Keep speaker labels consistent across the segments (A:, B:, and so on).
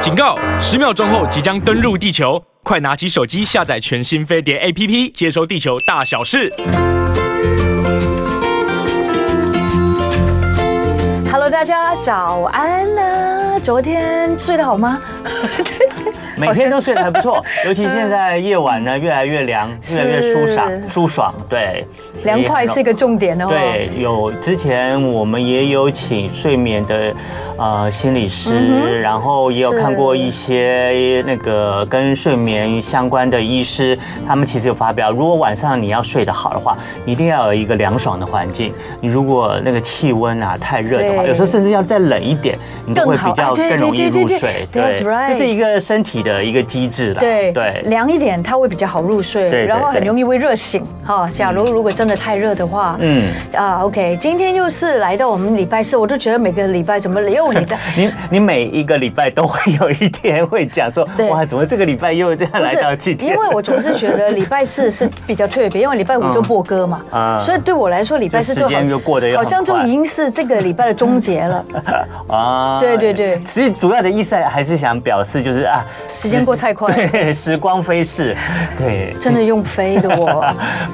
A: 警告！十秒钟后即将登陆地球，快拿起手机下载全新飞碟 APP，接收地球大小事。
B: Hello，大家早安呐、昨天睡得好吗？
C: 每天都睡得还不 错，
B: 嗯
C: 尤其现在夜晚呢越来越凉，越来越舒
B: 是
C: 爽，舒爽，对，
B: 凉快是一个重点哦。
C: 对，有之前我们也有请睡眠的呃心理师，然后也有
B: 是
C: 看过一些那个跟睡眠相关的医师，他们其实有发表，如果晚上你要睡得好的话，一定要有一个凉爽的环境。你如果那个气温啊太热的话，
B: 对
C: 有时候甚至要再冷一点，你都会
B: 更好
C: 比较
B: 啊对
C: 更容
B: 对
C: 易
B: 对
C: 入
B: 对
C: 睡。
B: 对，that's right
C: 这是一个身体的一个机制啦。
B: 对
C: 对。
B: 凉一点它会比较好入睡，
C: 对对
B: 然后很
C: 对
B: 容易会热醒哈。假如如果真的太热的话，
C: 嗯，
B: 啊，OK，今天又是来到我们礼拜四，我就觉得每个礼拜怎么又礼 拜
C: 你你每一个礼拜都会有一天会讲说，
B: 对
C: 哇，怎么这个礼拜又这样来到今
B: 因
C: 天？
B: 为我总是觉得礼拜四是比较特别，因为礼拜五就播歌嘛，
C: 嗯啊
B: 所以对我来说礼拜四就
C: 就时间就过得又
B: 好
C: 很嗯
B: 像就已经是这个礼拜的终结了。
C: 啊
B: 对对对
C: 其实主要的意思还是想表示就是啊，时
B: 间过太快
C: 对，时光飞逝，对，
B: 真的用飞的 我，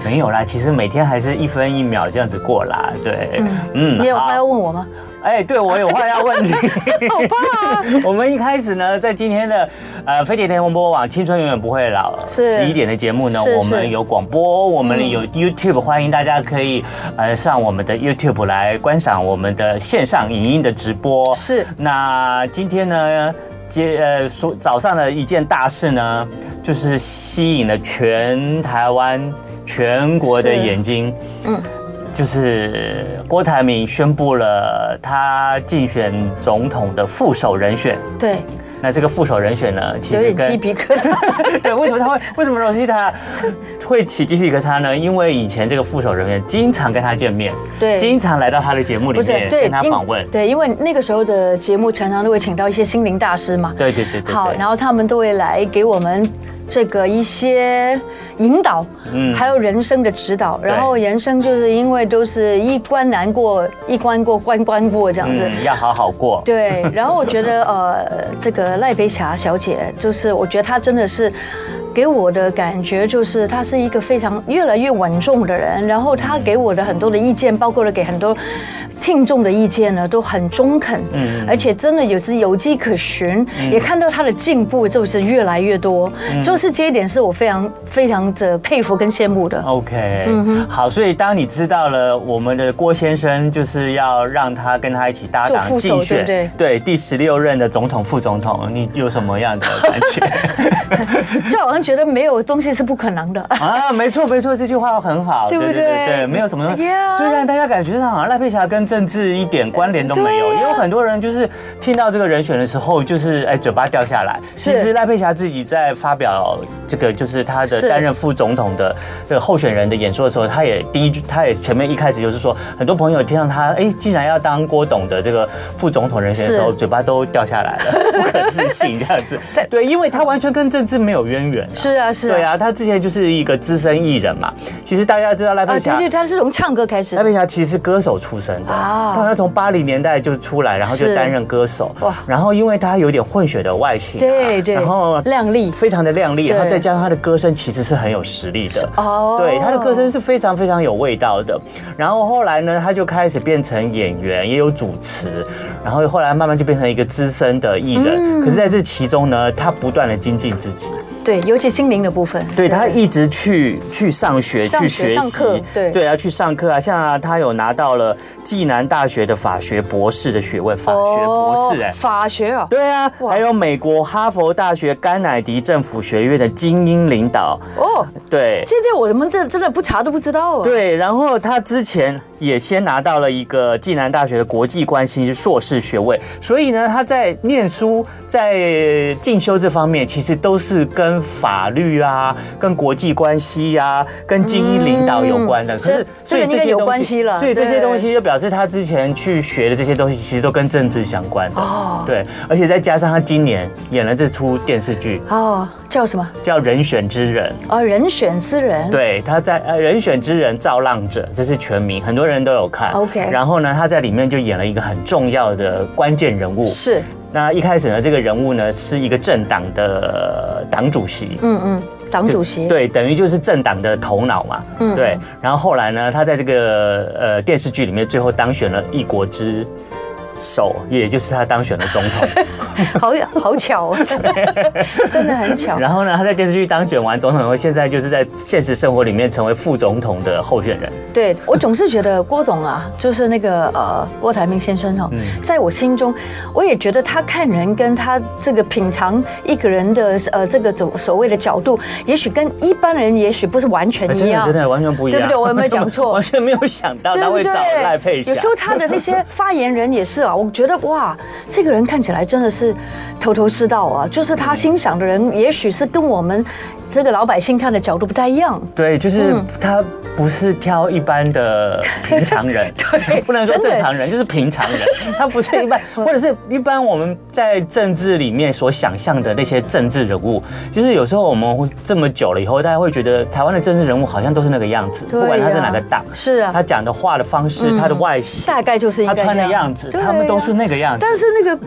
C: 没有啦，其实每天还是一分一秒这样子过啦，对，嗯
B: 你有话要
C: 好，
B: 问我 吗？
C: 哎，对我有话要 问你。
B: 好怕、啊。
C: 我们一开始呢，在今天的呃飞碟天空播网《青春永远不会老》
B: 是
C: 十一点的节目呢
B: 是，是嗯
C: 我们有广播，我们有 YouTube，欢迎大家可以呃上我们的 YouTube 来观赏我们的线上影音的直播。
B: 是
C: 那今天呢？接呃，说早上的一件大事呢，就是吸引了全台湾、全国的
B: 是
C: 眼睛。
B: 嗯
C: 就是郭台铭宣布了他竞选总统的副手人选。
B: 对，
C: 那这个副手人选呢，其
B: 有
C: 实
B: 点鸡皮
C: 跟
B: 疙瘩。
C: 对，为什么他会为什么罗西塔会起鸡皮疙瘩呢？因为以前这个副手人员经常跟他见面，
B: 对
C: 经常来到他的节目里面跟他访问
B: 因，对，因为那个时候的节目常常都会请到一些心灵大师嘛。
C: 对对对对
B: 好，
C: 对
B: 然，后他们都会来给我们这个一些引导，
C: 嗯
B: 还有人生的指导。然后人生就是因为都是一关难过一关过关关过这样子。
C: 嗯，要好好过，
B: 对，然后我觉 得呃，这个赖佩霞小姐，就是我觉得她真的是给我的感觉，就是她是一个非常越来越稳重的人。然后她给我的很多的意见，包括了给很多听众的意见呢，都很中肯，
C: 嗯
B: 而且真的有是有迹可循，也看到她的进步就是越来越多。
C: 嗯
B: 就是这一点是我非常非常的佩服跟羡慕的。
C: 哦 OK，、好，
B: 嗯
C: 所以当你知道了我们的郭先生就是要让他跟他一起搭
B: 做
C: 档
B: 副手
C: 竞选，
B: 对不
C: 第十六任的总统、副总统，你有什么样的感 觉？
B: 就好像觉得没有东西是不可能的。
C: 啊，没错没错，这句话很好，
B: 对不对哎
C: 对，没有什么东西。
B: Yeah
C: 虽然大家感觉上好像赖佩霞跟政治一点关联都没有，
B: 对啊
C: 也有很多人就是听到这个人选的时候，就是哎嘴巴掉下来。
B: 是
C: 其实赖佩霞自己在发表这个就是她的
B: 是
C: 担任副总统的这个候选人的演说的时候，她也第一句，她也前面一开始就是说，很多朋友听到她哎竟然要当郭董的这个副总统人选的时候，
B: 是
C: 嘴巴都掉下来了，不可置信这 样子。对，因为她完全跟政治没有渊源啊。
B: 是啊，是
C: 对。啊，他之前就是一个资深艺人嘛。其实大家知道赖
B: 啊，
C: 佩
B: 对
C: 霞，
B: 对，她是从唱歌开始
C: 赖
B: 的。
C: 佩霞其实是歌手出身的，
B: 啊
C: 她好像从八零年代就出来，然后就是担任歌手。
B: 哇
C: 哇！然后因为她有点混血的外形、啊，
B: 对对
C: 然后
B: 靓丽
C: 非常的靓丽，
B: 对
C: 然后再加上她的歌声其实是很有实力的。
B: 哦
C: 对，她的歌声是非常非常有味道的。然后后来呢，她就开始变成演员，也有主持，然后后来慢慢就变成一个资深的艺
B: 嗯
C: 人。可是在这其中呢，她不断的精进自己。
B: 对，尤其心灵的部分。
C: 对他一直去去上学
B: 上
C: 去
B: 学
C: 学
B: 上课
C: 习，
B: 对
C: 对啊，去上课啊，像啊他有拿到了暨南大学的法学博士的学位，法学博士哎、
B: 法学哦，
C: 对啊，
B: 哇
C: 还有美国哈佛大学甘乃迪政府学院的精英领导，
B: 哦，
C: 对
B: 这些我们这真的不查都不知道啊。，
C: 对，然后他之前也先拿到了一个暨南大学的国际关系硕士学位，所以呢，他在念书在进修这方面，其实都是跟法律啊、跟国际关系呀、跟精英领导有关的。
B: 嗯
C: 可是，
B: 这这个应该有
C: 东西
B: 关系了
C: 所以这些
B: 对
C: 东西就表示他之前去学的这些东西，其实都跟政治相关的。
B: 哦
C: 对，而且再加上他今年演了这出电视剧，
B: 哦，叫什么？
C: 叫《人选之人》。
B: 哦，人选之人。，
C: 对，他在呃《人选之人造浪者》，这是全名，很多人都有看。
B: OK
C: 然后呢，他在里面就演了一个很重要的关键人物，
B: 是
C: 那一开始呢，这个人物呢是一个政党的党主席，
B: 嗯嗯，党主席，
C: 对，等于就是政党的头脑嘛，
B: 嗯
C: 对。然后后来呢，他在这个呃电视剧里面最后当选了一国之首，也就是他当选了总 统。
B: 好好巧 哦，真的很巧。
C: 然后呢，他在电视剧当选完总统以后，现在就是在现实生活里面成为副总统的候选人。
B: 对我总是觉得郭董啊，就是那个呃郭台铭先生哦，
C: 嗯
B: 在我心中，我也觉得他看人跟他这个品尝一个人的呃这个所所谓的角度，也许跟一般人也许不是完全
C: 哎真
B: 一
C: 的
B: 样
C: 真。的完全不一样，
B: 对不对我有 没有讲错
C: 完全没有想到
B: 对
C: 他
B: 不
C: 会
B: 对
C: 找赖佩？霞
B: 有。时候他的那些发言人也是啊，我觉得哇，这个人看起来真的是头头是道啊，就是他欣赏的
C: 嗯
B: 人，也许是跟我们这个老百姓看的角度不太一样。
C: 对，就是
B: 嗯
C: 他不是挑一般的平常人，
B: 对
C: 不能说
B: 真的嗯
C: 正常人，就是平 常人，他不是一般，或者是一般我们在政治里面所想象的那些政治人物，就是有时候我们会这么久了以后，大家会觉得台湾的政治人物好像都是那个样子，
B: 对
C: 不管他是
B: 呀
C: 哪个党，
B: 是啊
C: 他讲的话的方式，
B: 嗯
C: 他的外形，
B: 大概就是应
C: 他
B: 该
C: 穿的
B: 这
C: 样子，
B: 对
C: 他们都
B: 呀
C: 是那个样子，
B: 但是那个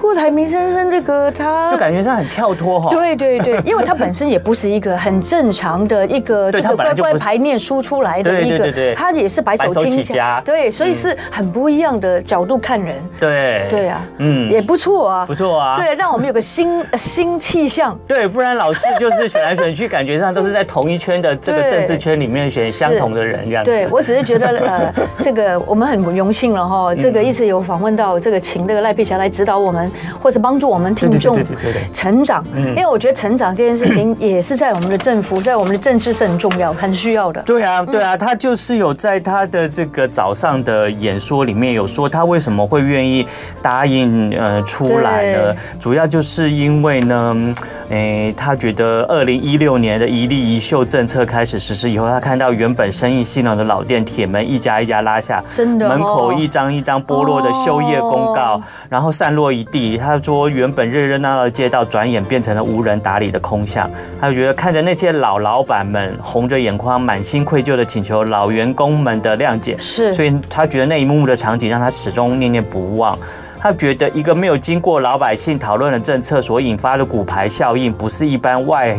B: 郭台铭先生，这个他
C: 就感觉上很跳脱哈。
B: 对对 对，因为他本身也不是一个很正常的一个，
C: 对
B: 就
C: 他
B: 是
C: 本来
B: 乖
C: 就不
B: 乖
C: 是
B: 牌念书出来的
C: 对
B: 一
C: 对
B: 个
C: 对对，
B: 他也是白手
C: 白手
B: 起
C: 起家
B: 对，所以是很不一样的角度看人，
C: 对
B: 对啊，
C: 嗯
B: 也不错啊，
C: 不错啊。
B: 对，让我们有个新呃新气象。
C: 对，不然老是就是选来选去，感觉上都是在同一圈的这个
B: 对
C: 政治圈里面选相同的人这样子。
B: 对，我只是觉得 呃，这个我们很荣幸了哈，这个
C: 嗯
B: 一直有访问到这个秦这个赖佩霞来指导我们，或是帮助我们听众
C: 对对对对对对嗯
B: 成长，因为我觉得成长这件事 情也是在我们的政府，在我们的政治是很重要、很需要的。
C: 对啊，对啊，他就是有在他的这个早上的演说里面有说，他为什么会愿意答应呃出来呢
B: 对？
C: 主要就是因为呢，嗯诶，他觉得二零一六年的一例一秀政策开始实施以后，他看到原本生意兴隆的老店铁门一家一家拉下，
B: 真的哦
C: 门口一张一张剥落的休业公告，
B: 哦
C: 然后散落一地。他说，原本热热闹闹的街道，转眼变成了无人打理的空巷。他就觉得看着那些老老板们红着眼眶，满心愧疚的请求老员工们的谅解，
B: 是
C: 所以他觉得那一幕幕的场景让他始终念念不忘。他觉得一个没有经过老百姓讨论的政策所引发的骨牌效应，不是一般外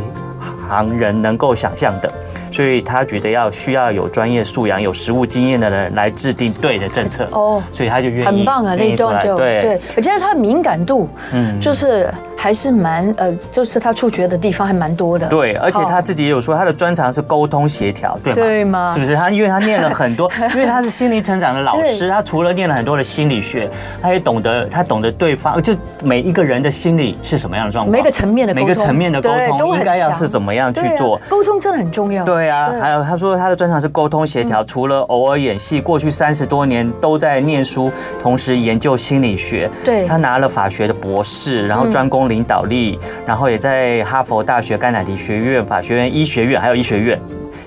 C: 行人能够想象的。所以他觉得要需要有专业素养、有实务经验的人来制定对的政策。
B: 哦
C: 所以他就愿意
B: 很棒啊，那
C: 愿
B: 一
C: 意出
B: 段
C: 来
B: 就
C: 对，
B: 我觉得他的敏感度，
C: 嗯
B: 就是还是蛮呃，就是他触觉的地方还蛮多的。
C: 对，而且
B: 哦
C: 他自己也有说，他的专长是沟通协调，对吗？
B: 对吗
C: 是不是？他因为他念了 很多，因为他是心灵成长的老
B: 对
C: 师，他除了念了很多的心理学，他也懂得他懂得对方，就每一个人的心理是什么样的状况，
B: 每个层面的沟
C: 每
B: 通
C: 个层面的沟
B: 对都
C: 通
B: 很
C: 应该要
B: 强
C: 是怎么样去
B: 对啊
C: 做。
B: 沟通真的很重要。
C: 对啊，
B: 对嗯
C: 还有他说他的专长是沟通协调，除了偶尔演戏，过去三十多年都在念书，同时研究心理学。
B: 对嗯
C: 他拿了法学的博士，然后专攻领导力，然后也在哈佛大学甘乃迪学院、法学院、医学院还有医学院。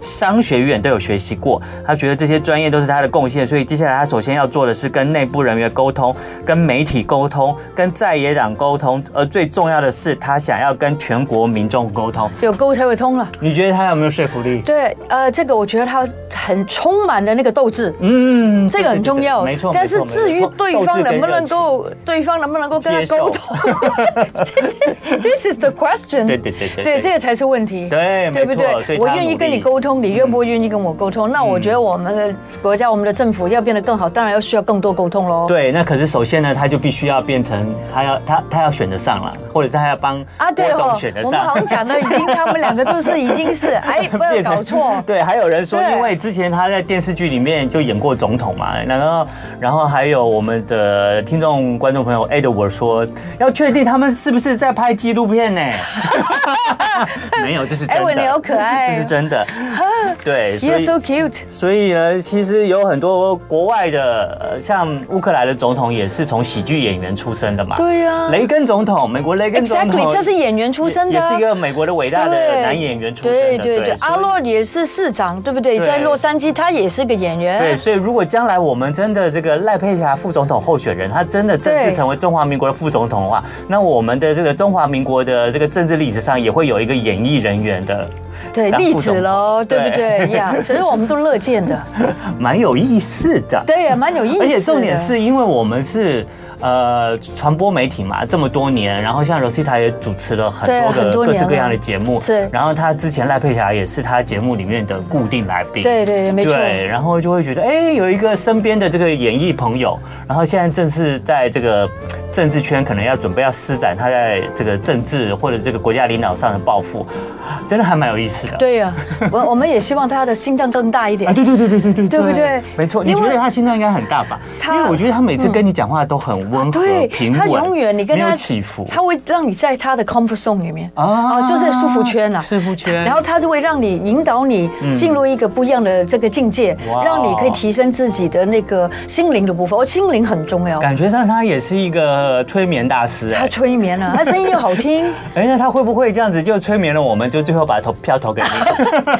C: 商学院都有学习过，他觉得这些专业都是他的贡献，所以接下来他首先要做的是跟内部人员沟通、跟媒体沟通、跟在野党沟通，而最重要的是，他想要跟全国民众沟通。
B: 有沟才会通了。
C: 你觉得他有没有说服力？
B: 对，呃，这个我觉得他很充满了那个斗志，
C: 嗯，
B: 这个很重要。
C: 对对对没错。
B: 但是
C: 没错
B: 至于
C: 没错
B: 对
C: 斗
B: 方
C: 志跟
B: 能不能
C: 热
B: 够，对方能不能够跟他沟通 这这，This is the question。
C: 情，对对对对
B: 对，这个才是问题。对
C: 对没
B: 不
C: 错，所
B: 对？
C: 以
B: 我
C: 他
B: 愿意
C: 努
B: 跟你
C: 力
B: 沟通，你愿不愿意跟我沟通？那我觉得我们
C: 嗯
B: 的国家、我们的政府要变得更好，当然要需要更多沟通喽。
C: 对，那可是首先呢，他就必须要变成他要他他要选得上了，或者是他要帮
B: 啊，对
C: 郭
B: 哦
C: 董选得，
B: 我们好 像
C: 上。
B: 讲的已经，他们两个都是已经是， 哎，不要
C: 变成。
B: 搞错
C: 对，还有人说，
B: 对
C: 因为之前他在电视剧里面就演过总统嘛，然后，然后还有我们的听众观众朋友 Edward 说，要确定他们是不是在拍纪录片呢？ 没有，这是真
B: Edward，
C: 的。
B: 你好可爱哦
C: 这是 真的。对，所
B: You're
C: 以。
B: so cute。
C: 所以呢，其实有很多国外的，呃，像乌克兰的总统也是从喜剧演员出身的嘛。
B: 对呀
C: 雷根总统，美国雷根总统
B: Exactly，他是演员出身的
C: 啊也
B: 啊，
C: 是一个美国的伟大的男演员出身的。
B: 对对对，
C: 所以
B: 阿洛也是市长，对不对？
C: 对
B: 在洛杉矶，他也是个演
C: 对，
B: 员。
C: 所以如果将来我们真的这个赖佩霞副总统候选人，他真的正
B: 对
C: 式成为中华民国的副总统的话，那我们的这个中华民国的这个政治历史上也会有一个演艺人员的，
B: 对，
C: 当
B: 例
C: 副
B: 子
C: 总统
B: 喽，对不
C: 对
B: 对呀？ 其实我们都乐见的，
C: 蛮有意思的。
B: 哎对呀，蛮有意思的。
C: 而且重点是因为我们是呃传播媒体嘛，这么多年，然后像 Rosita 也主持了很
B: 对
C: 多
B: 很
C: 个
B: 多
C: 各
B: 年
C: 式各样
B: 了
C: 的节目，
B: 对
C: 然后她之前赖佩霞也是她节目里面的固定来宾，
B: 对对对，没错，
C: 对，然后就会觉得，哎、有一个身边的这个演艺朋友，然后现在正是在这个政治圈，可能要准备要施展他在这个政治或者这个国家领导上的抱负，真的还蛮有意思的。
B: 对呀、我我们也希望他的心脏更大一点
C: 啊，。对对对对对对，
B: 对不对
C: 没错，
B: 因为
C: 你觉得他心脏应该很大吧？因
B: 他嗯啊
C: 为我觉得他每次跟你讲话都很 温和、
B: 对
C: 平
B: 他
C: 稳，
B: 永远你跟
C: 没有
B: 他
C: 起伏
B: 他会让你在他的 comfort zone 里面
C: 啊
B: 哦，就是舒服圈了、
C: 舒服圈嗯
B: 然后他就会让你引导你进入一个不一样的这个境界，
C: 哇哦
B: 让你可以提升自己的那个心灵的部分。哦，心灵很重要。
C: 感觉上他也是一个催眠大师哎、
B: 他催眠啊，他声音又好 听，
C: 哎，那他会不会这样子就催眠了我们，就最后把投票投给你？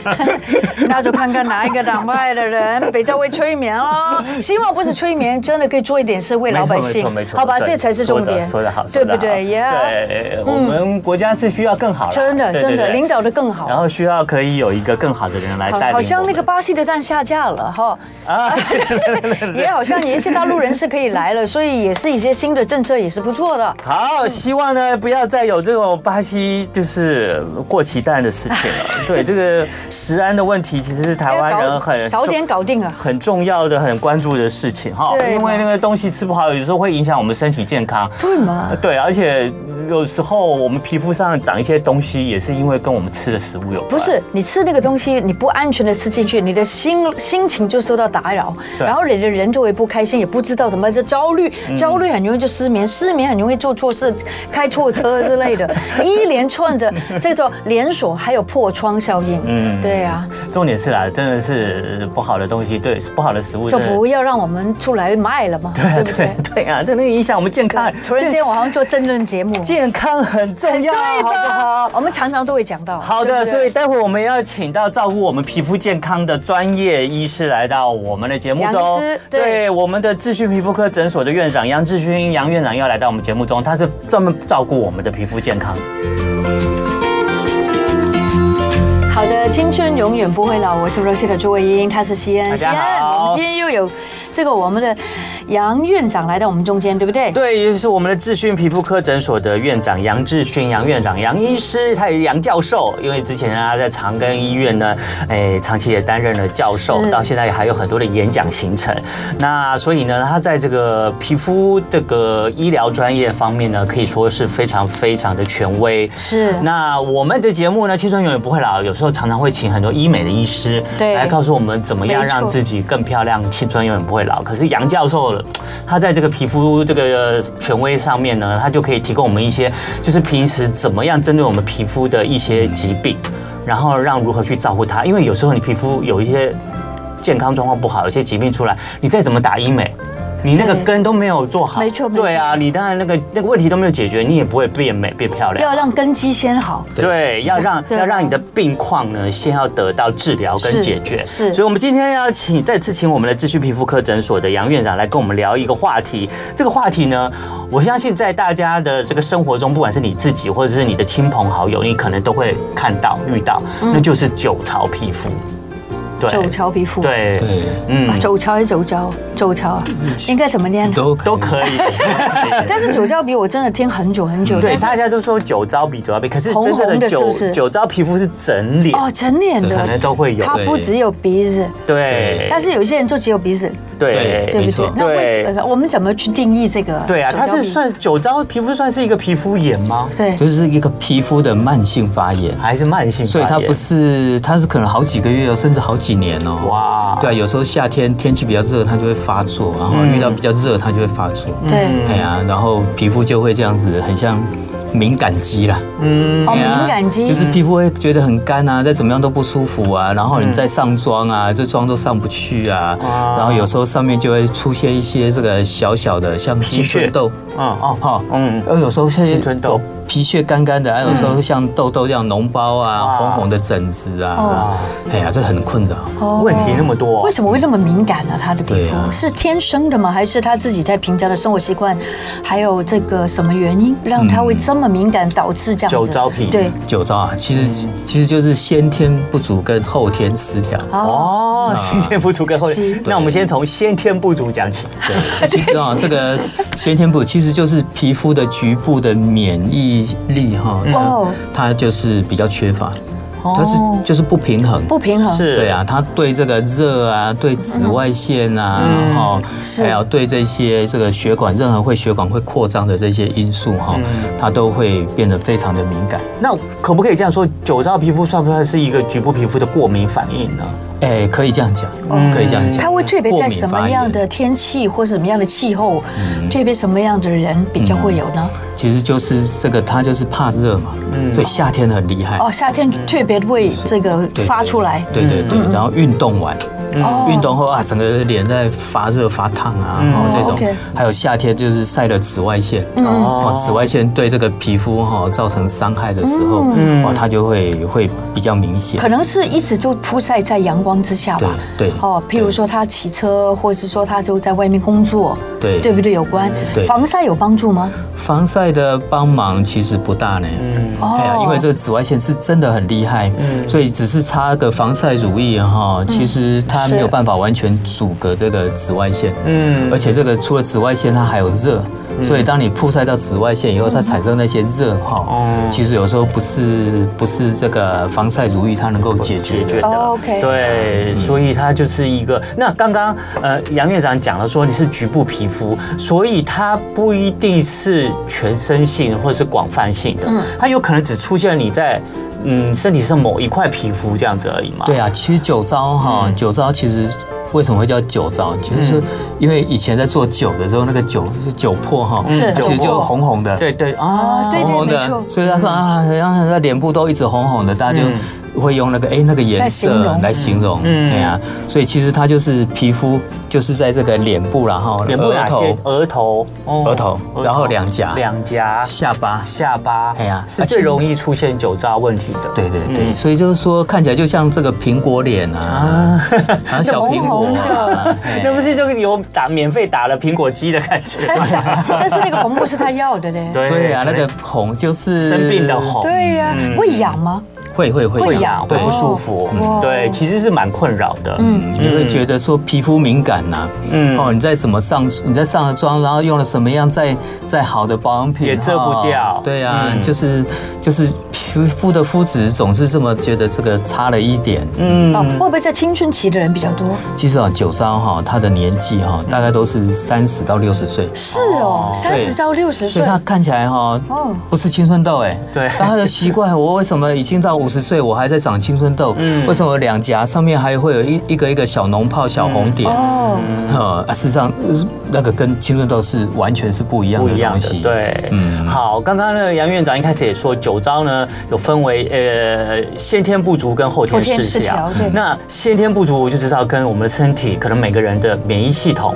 B: 那就看看哪一个党派的人比较会催眠 哦。希望不是催眠，真的可以做一点事为 老百姓
C: 没错，没错，没错
B: 好吧，
C: 对
B: 这才是重点，
C: 说得好，说
B: 对
C: 得
B: 不
C: 好
B: 对？耶、
C: 对，我们国家是需要更好啦，
B: 真的
C: 对
B: 真的，
C: 对对
B: 领导的更好。
C: 然后需要可以有一个更好的人来带
B: 好
C: 领我，们。
B: 好像那个巴西的蛋下架了哈，
C: 啊，对对对对 对对
B: 也好像有一些大陆人士可以来了，所以也是一些新的政策也是不错的。
C: 好，希望呢不要再有这种巴西就是过期蛋的事情 了。对，这个食安的问题其实是 台湾人很
B: 早点搞定啊！
C: 很重要的、很关注的事情哈，
B: 对
C: 因为那个东西吃不好，有时候会影响我们身体健康。
B: 对嘛？
C: 对，而且有时候我们皮肤上长一些东西，也是因为跟我们吃的食物有关。
B: 不是你吃那个东西，你不安全的吃进去，你的心心情就受到打扰，
C: 对嗯
B: 然后你的人就会不开心，也不知道怎么就焦虑，焦虑很容易就失眠，失眠很容易做错事，开错车之类 的，一连串的这种连锁还有破窗效应。
C: 嗯
B: 嗯，对啊，
C: 重点是啦，真的是不好的东西，对不好的食物，
B: 就
C: 真的
B: 不要让我们出来卖了嘛，对不对
C: 对？ 对啊，真的影响我们健康。
B: 突然
C: 健
B: 间，我好像做争论节目，
C: 健康很重要，
B: 对
C: 好不好
B: 的？，我们常常都会讲到。
C: 好
B: 对
C: 的，
B: 不对
C: 所以待会我们要请到照顾我们皮肤健康的专业医师来到我们的节目中
B: 杨医师。对
C: 对，我们的智讯皮肤科诊所的院长杨志勋杨院长要来到我们节目中，他是专门照顾我们的皮肤健康。
B: 好的，青春永远不会老。我是 Rosie 的朱慧英，她是西安。
C: 大
B: 西
C: 家
B: 安，
C: 好
B: 我们今天又有这个我们的杨院长来到我们中间，对不对？
C: 对，也就是我们的智勋皮肤科诊所的院长杨志勋杨院长杨医师，他也是杨教授，因为之前呢他在长庚医院呢，哎，长期也担任了教授，
B: 是
C: 到现在也还有很多的演讲行程。那所以呢，他在这个皮肤这个医疗专业方面呢，可以说是非常非常的权威。
B: 是。
C: 那我们的节目呢，《青春永远不会老》，有时候常常会请很多医美的医师
B: 对
C: 来告诉我们怎么样
B: 没错
C: 让自己更漂亮，青春永远不会老。可是杨教授他在这个皮肤这个权威上面呢，他就可以提供我们一些，就是平时怎么样针对我们皮肤的一些疾病，然后让如何去照顾它。因为有时候你皮肤有一些健康状况不好，有些疾病出来，你再怎么打医美。你那个
B: 对
C: 根都没有做好，
B: 没错没错
C: 对啊，你当然那个那个问题都没有解决，你也不会变美变漂亮。
B: 要让根基先好，
C: 对，要让
B: 对吧
C: 要让你的病况呢，先要得到治疗跟
B: 是
C: 解决。
B: 是
C: 所以我们今天要请再次请我们的秩序皮肤科诊所的杨院长来跟我们聊一个话题。这个话题呢，我相信在大家的这个生活中，不管是你自己或者是你的亲朋好友，你可能都会看到遇到，
B: 嗯
C: 那就是酒槽皮肤。对，
B: 肘桥皮肤。
C: 对，
D: 对，
C: 嗯
B: 啊，肘桥还是肘桥？肘桥啊，应该怎么念？
D: 都
C: 都可以。
B: 但是肘桥比我真的听很久很久。
C: 嗯对，
B: 但是
C: 大家都说酒糟比酒糟皮，可是
B: 红
C: 真正
B: 红
C: 的
B: 的是
C: 酒
B: 不是
C: 酒糟皮肤是整脸，
B: 哦，整脸
D: 可
C: 可能
B: 的，
C: 都会有。
B: 它不只有鼻子，
C: 对，
B: 但是有些人就只有鼻子，
C: 对
D: 对
B: 对
D: 没
B: 不
D: 错
B: 对？那为什么？我们怎么去定义这个？
C: 对啊，
B: 肘
C: 它
B: 桥
C: 是
B: 鼻
C: 算酒糟皮肤算是一个皮肤炎吗？
B: 对
D: 就是一个皮肤的慢性发炎，
C: 还是慢性发炎？
D: 所以它不是，它是可能好几个月哦，甚至好几年哦。
C: 哇，
D: 对啊，有时候夏天天气比较热，它就会发作，然后遇到比较热，它就会发作。
C: 嗯
B: 对。
D: 哎呀，然后皮肤就会这样子，很像敏感肌啦。
C: 嗯，
B: 哦，
D: 哎
B: 敏
D: 呀
B: 感肌
D: 就是皮肤会觉得很干啊，再怎么样都不舒服啊，然后你再上妆啊，这妆都上不去啊，
C: 嗯哇
D: 然后有时候上面就会出现一些这个小小的像青
C: 屑
D: 春痘。
C: 嗯哦，
D: 哈，
C: 嗯哦
D: 嗯，而有时候现在
C: 青春痘
D: 皮屑干干的，还有时候像痘痘这样脓包
C: 哇
D: 啊、红红的疹子啊
B: 哦，
D: 哎呀，这很困扰。
B: 哦
C: 问题那么多，
B: 为什么会那么敏感呢、他的皮
D: 对
B: 肤、
D: 啊
B: 是天生的吗？还是他自己在平常的生活习惯，还有这个什么原因让他会这么敏感，导致这样子？
C: 酒糟皮
B: 对，
D: 酒糟啊，其实其实就是先天不足跟后天失调。
B: 哦，
C: 哦，先天不足跟后
B: 是
C: 天，那我们先从先天不足讲起。
D: 对，其实啊，这个先天不足其实就是皮肤的局部的免疫力哈，
B: 哦
D: 它它就是比较缺乏，它是就是不平衡。
B: 不平衡，
C: 是
D: 对啊，它对这个热啊，对紫外线啊，
C: 嗯
D: 哈、
B: 是
D: 还有对这些这个血管，任何会血管会扩张的这些因素哈、它都会变得非常的敏感。
C: 那可不可以这样说，酒糟皮肤算不算是一个局部皮肤的过敏反应呢？
D: 哎，可以这样讲，可以这样讲。
B: 他会特别
D: 过
B: 在
D: 敏
B: 什
D: 发
B: 么
D: 炎
B: 样的天气或什么样的气候，
D: 嗯
B: 特别什么样的人比较会有呢？
D: 其实就是这个，它就是怕热嘛，所以夏天很厉害。
B: 哦，夏天特别会这个
D: 对
B: 发出来，
D: 对对对，然后运动完，
B: 哦
D: 运动后啊，整个脸在发热发烫啊，哦这
B: 哦，OK 嗯
D: 种，还有夏天就是晒了紫外线，
C: 哦
D: 哦，紫外线对这个皮肤哈造成伤害的时候，哦，它就会会比较明显
B: 嗯可。能是一直就曝晒在阳光之下吧。
D: 对对
B: 哦，譬如说他骑车，或者是说他就在外面工作，
D: 对
B: 对不对？有关
C: 嗯
D: 对
B: 防晒有帮助吗？
D: 防晒的帮忙其实不大呢，哎
B: 哦
D: 呀，因为这个紫外线是真的很厉害，所以只是擦个防晒乳液哈，其实它
B: 嗯是
D: 没有办法完全阻隔这个紫外线，
C: 嗯
D: 而且这个除了紫外线，它还有热，所以当你曝晒到紫外线以后，它产生那些热哈
C: 哦，
D: 其实有时候不是不是这个防晒乳液它能够解决的。
B: 哦，OK
C: 对，所以它就是一个。那刚刚呃，杨院长讲了说你是局部皮肤，所以它不一定是全身性或是广泛性的，它有可能只出现你在嗯身体上某一块皮肤这样子而已嘛。
D: 对啊，其实酒糟哈，酒糟其实为什么会叫酒糟，就是因为以前在做酒的时候，那个酒酒粕哈，
B: 是
D: 它其实
B: 酒粕
D: 就红红的，
C: 对对啊
B: 啊，对
D: 红红
B: 没错嗯
D: 的，所以他说啊，然后他脸部都一直红红的，大家就会用那个哎那个颜
B: 来形
D: 色
B: 容
D: 来形容，
C: 嗯
D: 对啊，所以其实它就是皮肤就是在这个脸部然后
C: 脸部哪些
D: 额？
C: 额
D: 头
C: 头，哦
D: 额头然后两颊
C: 两颊、
D: 下巴。
C: 下巴，
D: 哎呀
C: 是
D: 啊
C: 最
D: 其实
C: 容易出现酒糟问题的。
D: 对对对，
C: 嗯
D: 所以就是说看起来就像这个苹果脸啊， 啊小苹果
B: 红红的
D: 啊，哎
C: 那不是就有打免费打了苹果肌的感觉？
B: 但是 但是那个红布是他要的嘞。
D: 对啊，那个红就是
C: 生病的红，
B: 对呀，
C: 嗯
B: 会痒吗？
D: 会会会
B: 会
D: 痒
B: 痒
D: 对
C: 会不舒服
B: 哇，
C: 对，其实是蛮困扰的。嗯，
D: 你会觉得说皮肤敏感呐、
C: 嗯
D: 哦，你在什么上，你在上了妆，然后用了什么样再再好的保养品
C: 也遮不掉
D: 哦对啊，
C: 嗯
D: 就是就是皮肤的肤质总是这么觉得这个差了一点。
C: 嗯
B: 哦，会不会在青春期的人比较多？
D: 其实啊，酒糟哈，他的年纪哈，大概都是三十到六十岁。
B: 是哦，三十到六十
D: 所
B: 岁
D: 以，他看起来哈
B: 哦，
D: 不是青春痘哎，
C: 对
D: 但他的奇怪，我为什么已经到五十岁，我还在长青春痘？
C: 嗯
D: 为什么两颊上面还会有一一个一个小脓泡、小红点？
C: 嗯
B: 哦，
D: 呃，啊事实上，呃那个跟青春痘是完全是不一样
C: 不
D: 的
C: 一样
D: 东
C: 的
D: 西。，
C: 对，嗯，
D: 嗯
C: 好，刚刚呢，杨院长一开始也说，酒糟呢有分为呃先天不足跟后天
B: 后天
C: 失
B: 失
C: 调
B: 调对。
C: 那先天不足，我就知道跟我们的身体可能每个人的免疫系统，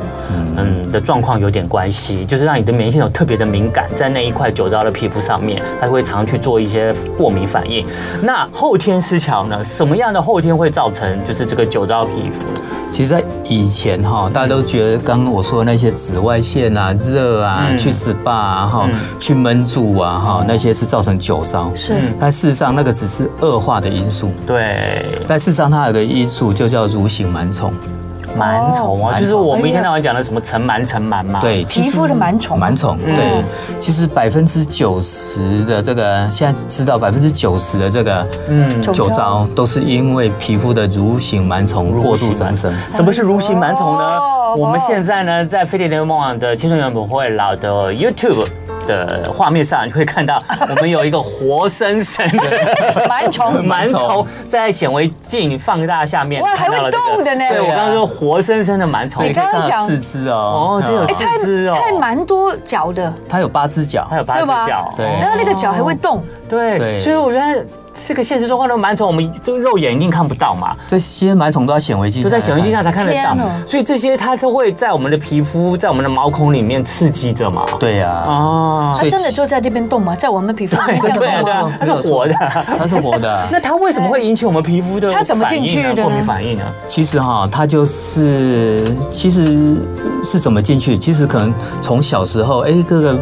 C: 嗯的状况有点关系，就是让你的免疫系统特别的敏感，在那一块酒糟的皮肤上面，它会常去做一些过敏反应。那后天失调呢，什么样的后天会造成就是这个酒糟皮肤？
D: 其实，在以前哈，大家都觉得刚刚我说的那些紫外线啊、热啊、
C: 嗯
D: 去 SPA 啊、哈、去闷住啊、哈，那些是造成酒糟。
B: 是
C: 嗯
D: 但事实上，那个只是恶化的因素。
C: 对，
D: 但事实上，它有个因素就叫蠕形螨虫。
C: 螨虫
D: 哦
C: 啊，就是我们一天
B: 哎呀
C: 到晚讲的什么尘螨、尘螨嘛。
D: 对，
B: 皮
D: 其实
B: 肤的螨虫
D: 螨虫，对，其实百分之九十的这个，现在知道百分之九十的这个，嗯，
B: 酒糟
D: 酒糟都是因为皮肤的蠕形螨虫过度增生。
C: 什么是蠕形螨虫呢
B: 哦？
C: 我们现在呢，在飞碟联盟网的《青春永不会老》的 YouTube 的画面上，你会看到我们有一个活生生的
B: 螨 虫，
C: 螨虫在显微镜放大下面
B: 哇
C: 看到了这
B: 还会动的
C: 个。
B: 呢
C: 对，我啊刚刚说活生生的螨虫
D: 所以
B: 你
D: 可以
B: 刚
D: 看
B: 刚
D: 到
B: 讲
D: 四肢哦，
C: 哦这有
D: 嗯
C: 四
B: 哎太
C: 肢哦
B: 太蛮多脚的，
D: 它有八只脚
C: 还，有八
B: 对
C: 只
B: 吧
C: 脚，
D: 对
B: 然后那个脚还会动，
C: 对，
D: 对
C: 所以我觉得这个现实状况的螨虫，我们就肉眼一定看不到嘛，
D: 这些螨虫都在显微镜，
C: 都在显微镜上。才看得到
B: 天哪，
C: 所以这些它都会在我们的皮肤，在我们的毛孔里面刺激着嘛。
D: 对啊呀、
C: 哦，
B: 它真的就在这边动吗？在我们皮肤里面这
C: 对
B: 样
C: 啊，对
B: 动吗？
C: 啊，它是活的。
D: 它是活的。
C: 那它为什么会引起我们皮肤的
B: 它怎么进去的
C: 反应
B: 呢
C: 呢过敏反应啊呢？
D: 其实哈，它就是其实是怎么进去？其实可能从小时候，哎，各个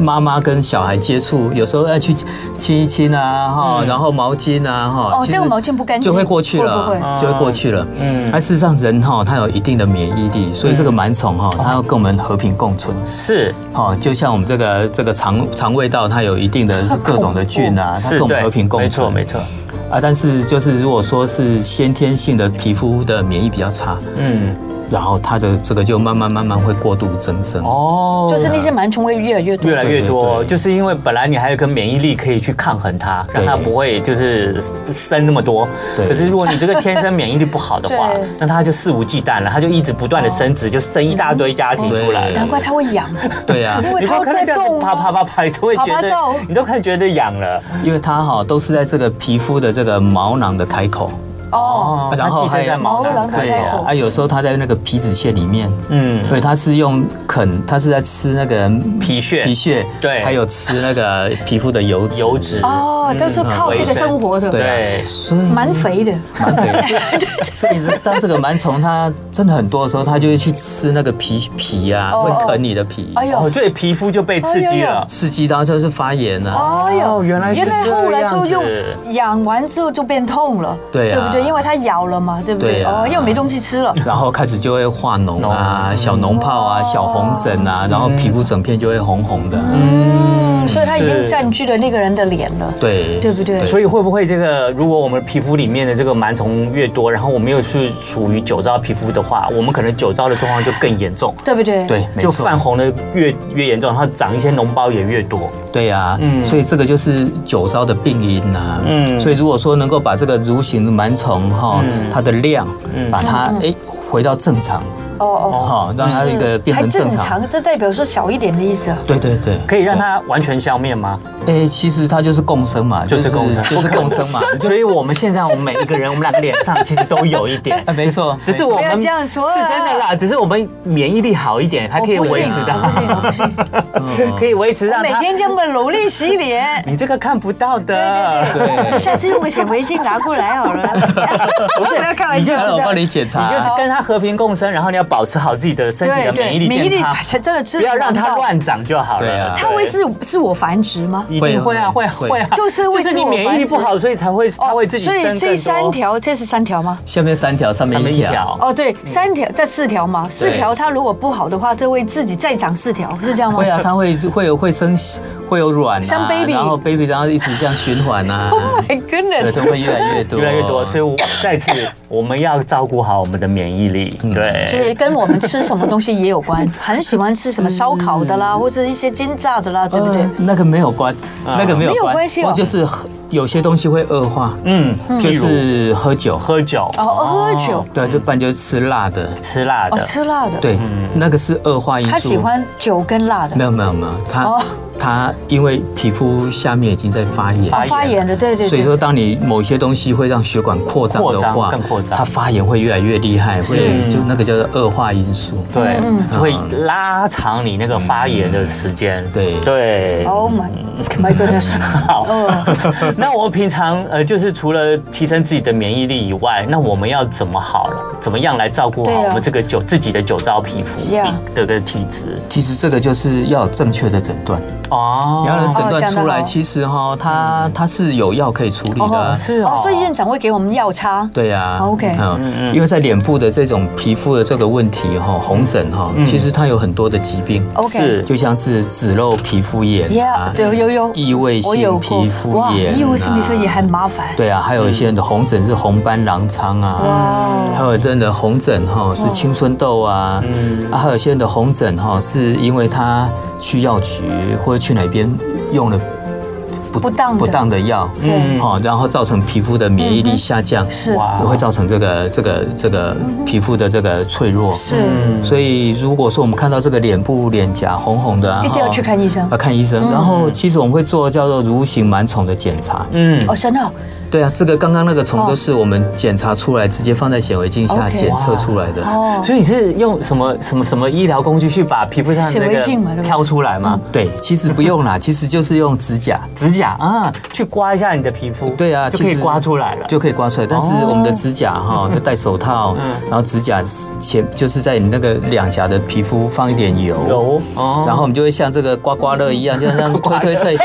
D: 妈妈跟小孩接触，有时候要去亲一亲啊，哈、
C: 嗯
D: 然后毛巾啊，哈，
B: 哦
D: 其实
B: 这个毛巾不干净
D: 就会过去了，
B: 会不
C: 会
D: 就会过去了。
C: 嗯
D: 嗯，那事实上人哈，他有一定的免疫力，所以这个螨虫
C: 嗯
D: 哈，它要跟我们和平共存。
C: 是，
D: 哦，就像我们这个这个肠肠胃道，它有一定的各种的菌啊，它
C: 是
D: 跟我
C: 对
D: 们和平共
C: 没错，
D: 存。
C: 没错。
D: 啊，但是就是如果说是先天性的皮肤的免疫比较差，
C: 嗯，
D: 然后它的这个就慢慢慢慢会过度增生。
C: 哦，
B: 就是那些螨虫会越来越多
C: 越。来越多，
D: 对对对
C: 就是因为本来你还有一个免疫力可以去抗衡它，让
D: 对
C: 它不会就是生那么多。
D: 对
C: 可是如果你这个天生免疫力不好的 话
B: 对，
C: 那它就肆无忌惮了，它就一直不断的生殖，就生一大堆家庭出来了
D: 对
B: 难。怪它会痒，
D: 对啊，
B: 因为
C: 你
B: 它
C: 光
B: 会
C: 看它
B: 在
C: 这样
B: 动
C: 子啪啪
B: 啊。
C: 啪啪，你都会觉
B: 啪啪照
C: 得，你都开始觉得痒了。
D: 因为它哈都是在这个皮肤的这个毛囊的开口，
B: 哦，
C: 哦，
D: 然
C: 它
D: 后
C: 寄
D: 还
C: 生
D: 有
C: 在毛
B: 毛
C: 囊
B: 囊
C: 对
B: 开口
C: 啊
D: 啊，有时候它在那个皮脂腺里面，
C: 嗯，
D: 所以它是用啃，它是在吃那个
C: 皮屑
D: 皮屑，
C: 对
D: 还有吃那个皮肤的油脂
C: 油脂。
B: 哦，就是靠这个生活的，
D: 对啊
C: 对
D: 所以
B: 蛮肥的。
D: 对，所以当这个螨虫它真的很多的时候，它就会去吃那个皮皮啊，
B: 哦
D: 会啃你的皮，
B: 哎呦
C: 哦，，所以皮肤就被刺激了。
D: 刺激到就是发炎啊。
B: 哎呦，
C: 哦原来是
B: 原来后来就
C: 这样
B: 用痒完之后就变痛了，
D: 对啊
B: 对不对？因为它咬了嘛，对不对？
D: 对啊
B: 哦，又没东西吃了。
D: 然后开始就会化脓啊、
C: 脓
D: 小脓泡
C: 哦
D: 啊、小红疹啊，然后皮肤整片就会红红的。
B: 嗯，所以它已经
C: 是
B: 占据了那个人的脸了。
D: 对，
B: 对不对
C: 所以会不会这个，如果我们皮肤里面的这个螨虫越多，然后我们又是属于酒糟皮肤的话，我们可能酒糟的状况就更严重，
B: 对不对？
D: 对，没
C: 就
D: 错
C: 泛，红的越越严重，然后长一些脓包也越多。
D: 对啊，所以这个就是酒糟的病因啊。
C: 嗯
D: 所以如果说能够把这个蠕形的螨虫哈，它的量，
C: 嗯
D: 把它哎回到正常
B: 哦哦，
D: 哈，让它一个变
B: 还
D: 成
B: 正
D: 正常。
B: 常，这代表说小一点的意思啊。
D: 对对对，
C: 可以让它完全消灭吗？
D: 哎、其实它就是共生嘛，
C: 就是共生
D: 就是共生嘛。
C: 所以我们现在，我们每一个人，我们两个脸上其实都有一点
D: 哎，，没错，
C: 只是我
B: 不要
C: 们
B: 这样说啊
C: 是真的啦，只是我们免疫力好一点，还可以
B: 我不
C: 维
B: 信
C: 持
B: 我不信我
C: 的，
B: 不信，
D: 嗯
C: 可以维持
B: 我
C: 让
B: 每
C: 它。
B: 天这么努力洗 脸。
C: 你这个看不到
B: 对
C: 的，
D: 对，
B: 下次用个显微镜拿过来好了， 不要开玩笑
C: 你 就。
D: 我帮你检查，啊
C: 你就跟它和平共生，然后你要保持好自己的身体的免疫力健康，
B: 才真的是
C: 不要让它
B: 王道。
C: 乱长就好了。
D: 对啊
B: 它会自自我繁殖吗？
C: 一定会啊，会
D: 会
C: 啊会啊，
B: 就是会
C: 就是你免疫力不好，所以才会它会自己
B: 哦所
C: 生
B: 以
C: 更多。
B: 这三条，这是三条吗？
D: 下面三条，上
C: 上
D: 面
C: 面
D: 一
C: 一
D: 条，
C: 条，
B: 哦，对，三条，这四条嘛，四条它如果不好的话，就会自己再长四条，是这样吗？
D: 会啊，它会会有会生会有卵
B: 生
D: 啊，
B: baby
D: 然后 baby，然后一直这样循环 啊，
B: Oh my
D: 对，啊
B: goodness！
D: 都会越来越多，
C: 越来越多，所以我再 次我们要照顾好我们的免疫力。
D: 嗯
B: 就
C: 对，
B: 是跟我们吃什么东西也有关，很喜欢吃什么烧烤的啦，或者一些煎炸的啦，对不对
D: 呃？那个没有关，
C: 啊
D: 那个没有
B: 没有关系哦
D: 我就是喝有些东西会恶化，
C: 嗯，
D: 就是喝酒，
C: 喝酒、
B: 哦，喝酒，
D: 对，啊这不然就是吃辣的，
C: 吃辣
B: 哦，
C: 的，
B: 吃辣的，，
D: 对，
C: 嗯
D: 那个是恶化因素。
B: 他喜欢酒跟辣的
D: 没，有没有没有，它
B: 哦
D: 它因为皮肤下面已经在发炎，
B: 哦发炎的，对对
D: 所以
B: 对。
D: 说当你某些东西会让血管扩张
C: 扩
D: 的
C: 张
D: 话，
C: 更扩张
D: 它发炎会越来越厉害，会就那个叫做恶化因素。
C: 对，就会
D: 嗯
C: 拉长你那个发炎的时间。
D: 对
C: 对，
B: Oh my my goodness！
C: 好
B: 哦，
C: 那我平常呃，就是除了提升自己的免疫力以外，那我们要怎么好了？怎么样来照顾好
B: 对啊
C: 我们这个酒自己的酒糟皮肤
B: Yeah
C: 的个体质？
D: 其实这个就是要有正确的诊断，
C: 哦
D: 你要能诊
B: 哦讲
D: 断
B: 得
D: 出来，
B: 好
D: 其实哈，它它是有药可以处理的
B: 嗯哦
D: 啊。
C: 是哦
B: 哦，所以院长会给我们药叉，
D: 对呀、
B: 哦 OK
D: 嗯，因为在脸部的这种皮肤的这个问题哈，红疹哈，其实它有很多的疾病
B: 嗯 OK
C: 是
D: 就像是脂漏皮肤炎啊
B: Yeah，对，有有，
D: 异位
B: 我有
D: 性
B: 过
D: 皮肤
B: 哇，
D: 炎、啊，
B: 异位性皮肤炎很麻烦。
D: 对啊，还有一些人的红疹是红斑狼疮啊，还
B: 哇，
D: 有一些人的红疹哈是青春痘啊，啊，还有一些人的红疹哈是因为他去药局或者去哪边用了。不
B: 不当的
D: 不当的药，
B: 对嗯
D: 哦，然后造成皮肤的免疫力下降，
B: 是
C: 哇
D: 会造成这个这个这个皮肤的这个脆弱。嗯
B: 是，
D: 所以如果说我们看到这个脸部、脸颊红红的啊，
B: 一定要去看医生嗯
D: 要看医生。然后其实我们会做叫做蠕形螨虫的检查。
C: 嗯，
B: 哦，真的哦，
D: 对啊，这个刚刚那个虫
B: 哦
D: 都是我们检查出来，直接放在显微镜下
B: OK
D: 检测出来的。
B: 哦
C: 所以你是用什么什么什么医疗工具去把皮肤上
B: 显
C: 那
B: 微镜嘛对不
C: 个
B: 对嗯
C: 挑出来吗？
D: 对，其实不用啦，其实就是用指甲。
C: 指甲啊，去刮一下你的皮肤，
D: 对啊，
C: 就可以
D: 其实
C: 刮出来了。
D: 就可以刮出来。但是
C: 哦
D: 我们的指甲哈，要戴手套，然后指甲前就是在你那个两颊的皮肤放一点油。
C: 揉哦，
D: 然后我们就会像这个刮刮乐一样，就像推推推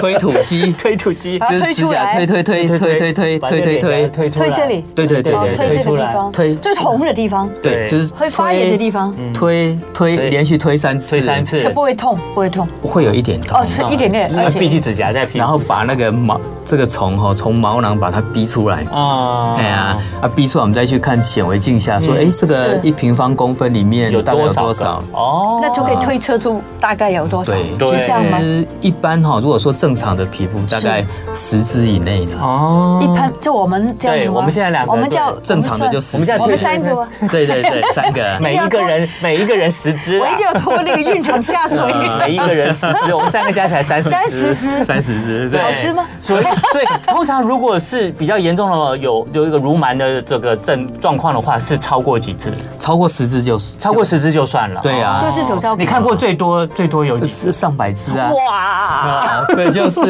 D: 推土机，
C: 推土机
B: 把它
D: 就是
B: 推
D: 指
B: 出
D: 甲
B: 来
D: 推推推推推推推
C: 把这
D: 推
C: 里
D: 推
C: 给它推出
B: 推
C: 来
B: 这里
D: 对对对
B: 哦
D: 对
B: 推这
D: 对
C: 出
B: 个
C: 来
B: 地方，
D: 推
B: 最红的地方，
D: 对，
C: 对
D: 就是
B: 会发炎的地方，
D: 推推连续推三次，
C: 推三次嗯
B: 它不会痛，不会痛，
D: 会有一点痛
B: 哦，。是一点点，而
C: 那毕
B: 且
C: 竟指甲在皮肤上，
D: 然后把那个毛这个虫哈从毛囊把它逼出来，
C: 啊，
D: 哎呀，啊，逼出来我们再去看显微镜下说，哎、这个
B: 是
D: 一平方公分里面
C: 嗯有
D: 大概
C: 多
D: 有
C: 少
D: 多
C: 个
D: 少？
C: 哦，
B: 那就可以推测出大概有多少，
D: 对，嗯
C: 对
B: 是这样吗
D: 其？实呃一般哈、如果说正常的皮肤大概十支以内的，
C: 嗯哦
B: 一般就我们这样吗
C: 对我们现在两个
B: 我们叫
C: 对
D: 正常的就
B: 我们
D: 十支，
C: 我们现在
B: 算我
C: 推
B: 们
C: 出
B: 三个啊，
D: 对对对，三个。
C: 每一个人每一个人十只
B: 我
C: 啊，
B: 一定要拖那个孕产下水，
C: 嗯每一个人十只，我们三个加起来三十
B: 三十。
C: 只
B: 只，
D: 三十支，
C: 对
B: 好吃吗
C: 所以，所以通常如果是比较严重的有有一个乳螨的这个症状况的话，是超过几只？
D: 超过十支就是
C: 超过十只就算了。
D: 对啊
B: 都是走照顾
C: 你看过最多最多有几？
D: 是上百支啊，
B: 哇，
D: 啊，所 以就是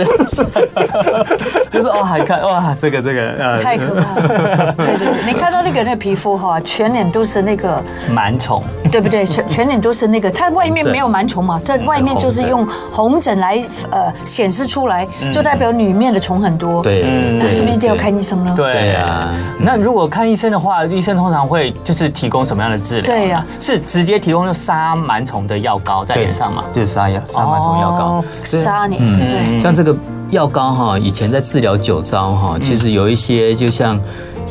D: 就是哦，还看哇，这个这个呃
B: 太可怕了！对对对，你看到那个那个皮肤哈，全脸都是那个，
C: 螨虫
B: 对不对？全全脸都是那个，它外面没有螨虫嘛，在外面就是用红疹来呃显示出来，就代表里面的虫很多。，
D: 对，
C: 嗯
B: 那
D: 对
B: 是不是一定要
D: 对
B: 看医生呢？
C: 对
D: 对啊。
C: 那如果看医生的话，医生通常会就是提供什么样的治疗？
B: 对啊呀
C: 是直接提供就杀螨虫的药膏在脸上嘛？
D: 就是杀药杀螨虫药膏
C: 哦，
D: 对
B: 杀你，
D: 嗯
B: 对，
D: 像这个药膏哈，以前在治疗酒糟
B: 嗯
D: 哈，其实有一些就像。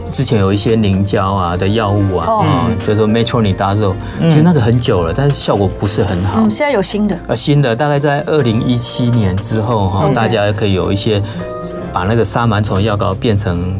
D: 之前有一些凝胶啊的药物啊，
B: 哦
D: 啊，就是说 metronidazole，其实那个很久了，但是效果不是很好
B: 嗯，。现在有新的，
D: 呃，新的大概在二零一七年之后哈，
B: OK
D: 大家可以有一些把那个杀螨虫药膏变成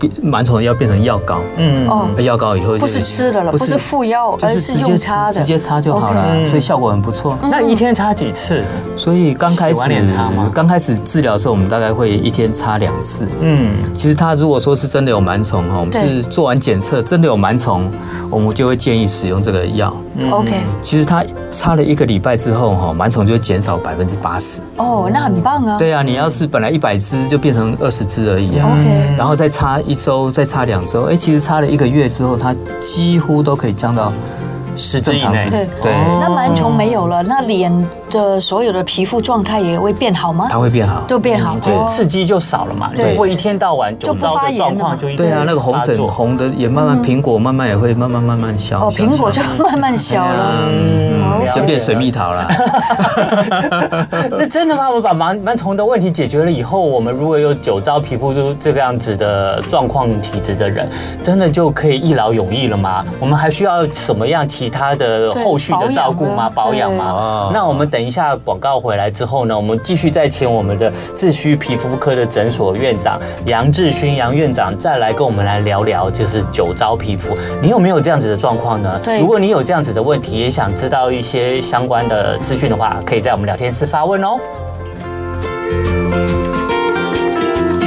D: 变螨虫药变成药膏，
C: 嗯，
B: 哦，
D: 药膏以后就
B: 不是吃的了，不是副药，
D: 就
B: 而
D: 是
B: 是
D: 直接
B: 用擦的，
D: 直接擦就好
B: OK
D: 了，所以效果很不错。
B: 嗯
C: 那一天擦几次？
D: 所以刚开
C: 洗
D: 始
C: 完脸擦吗
D: 刚开始治疗的时候，我们大概会一天擦两次。
C: 嗯，
D: 其实它如果说是真的有螨虫哈，我们
B: 对
D: 是做完检测真的有螨虫，我们就会建议使用这个药。
B: OK，
D: 其实它擦了一个礼拜之后哈，螨虫就会减少百分之八十。
B: 哦，那很棒啊。
D: 对啊，你要是本来一百只就变成二十只而已啊。
B: OK
D: 然后再擦一周，再擦两周，哎，其实擦了一个月之后，它几乎都可以降到
C: 十只
D: 正
C: 以
D: 常
C: 内
D: 值。。
B: 对
D: 对，
B: 那螨虫没有了，那脸的所有的皮肤状态也会变好吗
D: 它？会变嗯好。
B: 都变好，
C: 就
B: 哦
C: 刺激就少了嘛，你
B: 对
C: 不会一天到晚
B: 就
C: 酒
B: 不
C: 糟
B: 发
C: 的
B: 炎
C: 状
B: 了
C: 况
B: 嘛
C: 就一直
D: 对啊，那个红
C: 发
D: 疹
C: 作
D: 红的也慢慢，苹果慢慢也会慢慢慢慢消。
B: 哦，
D: 消
B: 苹果
D: 消
B: 就慢慢小
D: 哎
B: 了。
C: 嗯
B: 了
D: 就变水蜜桃啦。
C: 那真的吗？我们把螨螨虫的问题解决了以后，我们如果有酒糟皮肤就这个样子的状况体质的人，真的就可以一劳永逸了吗？我们还需要什么样其他的
B: 对
C: 后续的照顾吗？
B: 保
C: 保
B: 养
C: 养
B: 呢
C: 吗
D: 对？
C: 那我们等一下广告回来之后呢，我们继续再请我们的自须皮肤科的诊所院长杨志勋杨院长再来跟我们来聊聊，就是酒糟皮肤，你有没有这样子的状况呢？
B: 对
C: 如果你有这样子的问题，也想知道一些相关的资讯的话，可以在我们聊天室发问哦。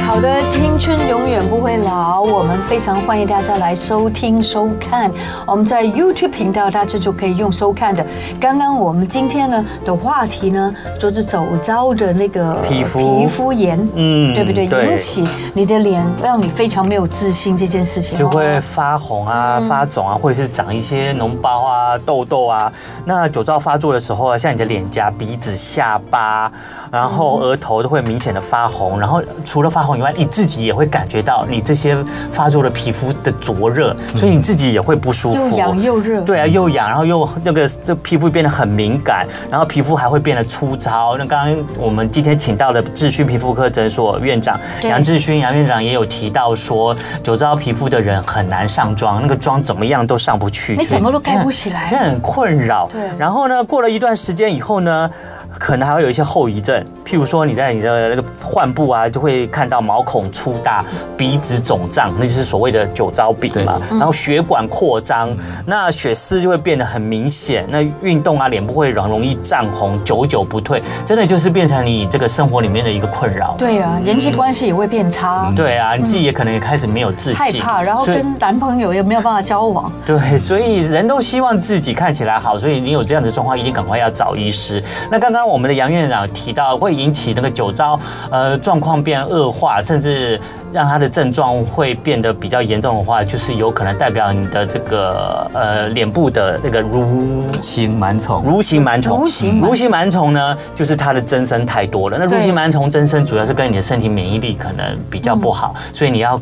B: 好的，青春永远不会老，我们非常欢迎大家来收听收看。我们在 YouTube 频道，大家就可以用收看的。刚刚我们今天呢的话题呢，就是走糟的那个
C: 皮肤
B: 皮肤炎，
C: 嗯
B: 对不对？
C: 对
B: 引起你的脸让你非常没有自信这件事情，
C: 就
B: 哦
C: 会发红啊、
B: 嗯
C: 发肿啊，或者是长一些脓包啊、痘痘啊。那酒糟发作的时候啊，像你的脸颊、鼻子、下巴，然后额头都会明显的发红。然后除了发红以外，你自己也会感觉到你这些发作的皮肤的灼热，所以你自己也会不舒
B: 又
C: 服。
B: 痒又热，
C: 对啊，又痒，然后又那个这皮肤变得很敏感，然后皮肤还会变得粗糙。那刚刚我们今天请到的志勋皮肤科诊所院长
B: 对
C: 杨志勋杨院长也有提到说，酒糟皮肤的人很难上妆，那个妆怎么样都上不去，
B: 哎你怎么都盖不起
C: 现
B: 来。
C: 在很困扰。
B: 对
C: 然后呢，过了一段时间以后呢，可能还会有一些后遗症，譬如说你在你的那个患部啊，就会看到毛孔粗大、鼻子肿胀，那就是所谓的酒糟鼻嘛。
B: 嗯
C: 然后血管扩张，那血丝就会变得很明显。那运动啊，脸部会很容易涨红，久久不退，真的就是变成你这个生活里面的一个困扰。
B: 对啊，人际关系也会变差，
C: 对啊，你自己也可能也开始没有自信，
B: 害怕，然后
C: 所以
B: 跟男朋友也没有办法交往。
C: 对，所以人都希望自己看起来好，所以你有这样的状况，一定赶快要找医师。那刚刚我们的杨院长提到，会引起那个酒糟呃状况变恶化，甚至让他的症状会变得比较严重的话，就是有可能代表你的这个呃脸部的那个乳
D: 心螨虫，
C: 蠕形螨虫，
B: 蠕形螨
C: 蠕形螨虫呢，就是它的增生太多了。那
B: 对
C: 蠕形螨虫增生主要是跟你的身体免疫力可能比较不好，所以你要。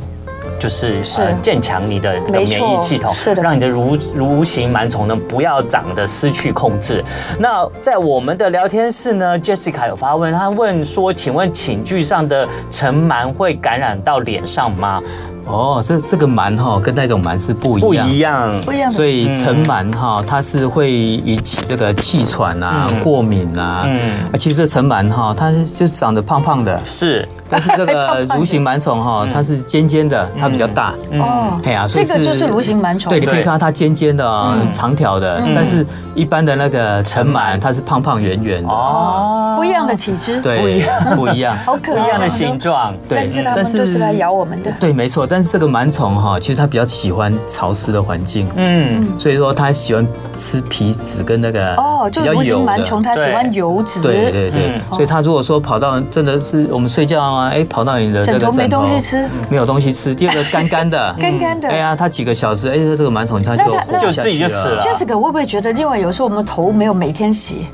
C: 就是
B: 嗯是
C: 呃，渐强你的这个
B: 没
C: 免
B: 错
C: 疫系统，
B: 是的
C: 让你的蠕蠕形螨虫呢不要长得失去控制。那在我们的聊天室呢，Jessica 有发问，她问说：“请问寝具上的尘螨会感染到脸上吗
D: 哦，这这个螨哈跟那种螨是不？”
C: 不
D: 一样。
C: 一样，
B: 不一样的
D: 所以尘螨哈，它是会引起这个气喘啊、
C: 嗯
D: 过敏啊。
C: 嗯
D: 啊，其实这尘螨哈，它就长得胖胖的，
C: 是，
D: 但是这个蠕形螨虫哈，它是尖尖的，它比较大。
C: 嗯
B: 哦
D: 哎
C: 啊
D: 呀，所
B: 这
D: 以
B: 个就是蠕形螨虫。
D: 对，你可以
C: 对
D: 看到它尖尖的、哦长条的，但是一般的那个尘螨，它是胖胖圆圆的，
C: 哦，
B: 不一样的体质，，
D: 对，不一样。
B: 好可
C: 不
B: 爱，啊
C: 一样的形，状，
D: 对
B: 但是它
D: 但
B: 们
D: 是
B: 都是来咬我们的。
D: 对，没错。但是这个螨虫哈，其实它比较喜欢潮湿的环境，
C: 嗯。
D: 所以说它喜欢吃皮子跟那个
B: 哦，就
D: 比较
B: 蠕形
D: 油
B: 螨
D: 的。
B: 虫，它喜欢油脂，
D: 对对对，
C: 嗯
D: 所以它如果说跑到真的是我们睡觉啊，哎，跑到你的这
B: 枕
D: 个
B: 头没东西，吃，，
D: 没有东西吃。第二个干干的
B: 干干的。
D: 哎呀，它几个小时，哎，这个螨虫它就
B: 那它那
D: 活不下
C: 就自己
D: 去
C: 就死了
B: Jessica 会不会觉得，另外有时候我们头没有每天洗，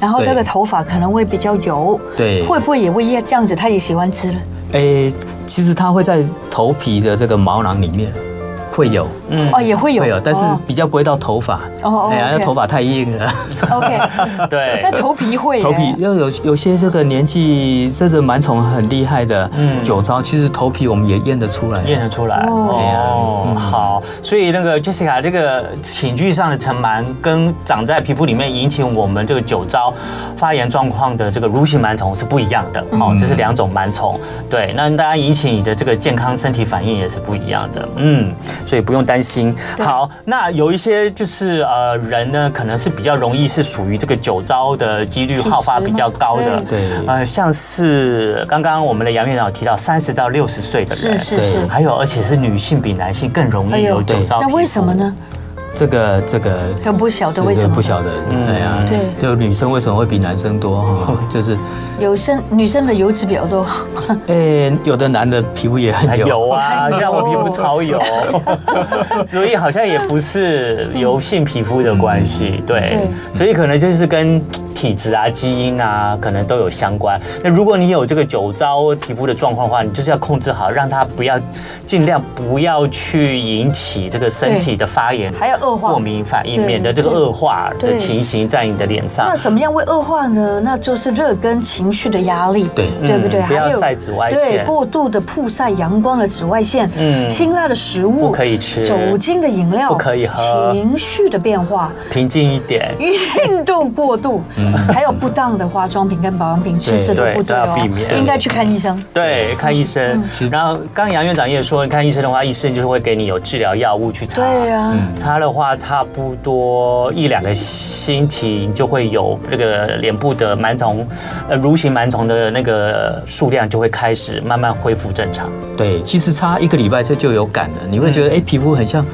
B: 然后
D: 对
B: 这个头发可能会比较油，
D: 对
B: 会不会也会也这样子？他也喜欢吃了，
D: 哎，其实它会在头皮的这个毛囊里面会有，
B: 哦，也会有，
D: 嗯会有，但是
B: 哦
D: 比较不会到头发。
B: 哦哦
D: 哎呀，那
B: OK
D: 头发太硬了，
B: OK，
C: 对，
B: 但头皮会耶，
D: 头皮又有有些这个年纪，这个螨虫很厉害的，
C: 嗯
D: 酒糟其实头皮我们也验得出来。
C: 验得出来
D: 哦
C: 哦，好，所以那个 Jessica 这个寝具上的尘螨跟长在皮肤里面引起我们这个酒糟发炎状况的这个蠕形螨虫是不一样的
D: 嗯
C: 哦，这是两种螨虫。对，那当然引起你的这个健康身体反应也是不一样的，嗯，所以不用担心。好，那有一些就是呃人呢，可能是比较容易是属于这个酒糟的几率好发比较高的，
D: 对对
C: 呃，像是刚刚我们的杨院长有提到三十到六十岁的
B: 是
C: 人，
B: 是是，
C: 还有，而且是女性比男性更容
B: 哎
C: 易
B: 呦
C: 有酒糟。
B: 那为什么？呢？
D: 这个这个
B: 很不晓得为什么
D: 是不晓得，
C: 嗯
D: 对呀，
B: 对
D: 就女生为什么会比男生多哈？ 就是，
B: 有生女生的油脂比较多，
D: 诶，有的男的皮肤也很油，
C: 有 啊，
B: 哎呦
C: 像我皮肤超 油，所以好像也不是油性皮肤的关系，对，所以可能就是跟体质啊、基因啊，可能都有相关。那如果你有这个酒糟皮肤的状况的话，你就是要控制好，让它不要尽量不要去引起这个身体的发炎，
B: 还有恶化
C: 过敏反应，
B: 对
C: 免得这个恶化的
B: 对
C: 情形在你的脸上
B: 那。什么样会恶化呢？那就是热跟情绪的压力，
D: 对
B: 对不对？
C: 嗯不要
B: 还有
C: 晒紫外线
B: 对，过度的曝晒阳光的紫外线，
C: 嗯
B: 辛辣的食物
C: 不可以吃
B: 酒精的饮料
C: 不可以喝
B: 情绪的变 化，
C: 平静一点。
B: 运动过度，还有不当的化妆品跟保养品吃食都
C: 嗯对
B: 不对
C: 都要
B: 哦
C: 避免，嗯
B: 应该去看医生。
C: 对，看医生。
B: 嗯
C: 然后刚刚杨院长也说，你看医生的话，医生就是会给你有治疗药物去擦。
B: 对啊呀，
C: 擦的话，差不多一两个星期你就会有这个脸部的螨虫，呃，蠕形螨虫的那个数量就会开始慢慢恢复正常。
D: 对，其实差一个礼拜就就有感了，你会
C: 嗯
D: 觉得哎，皮肤很像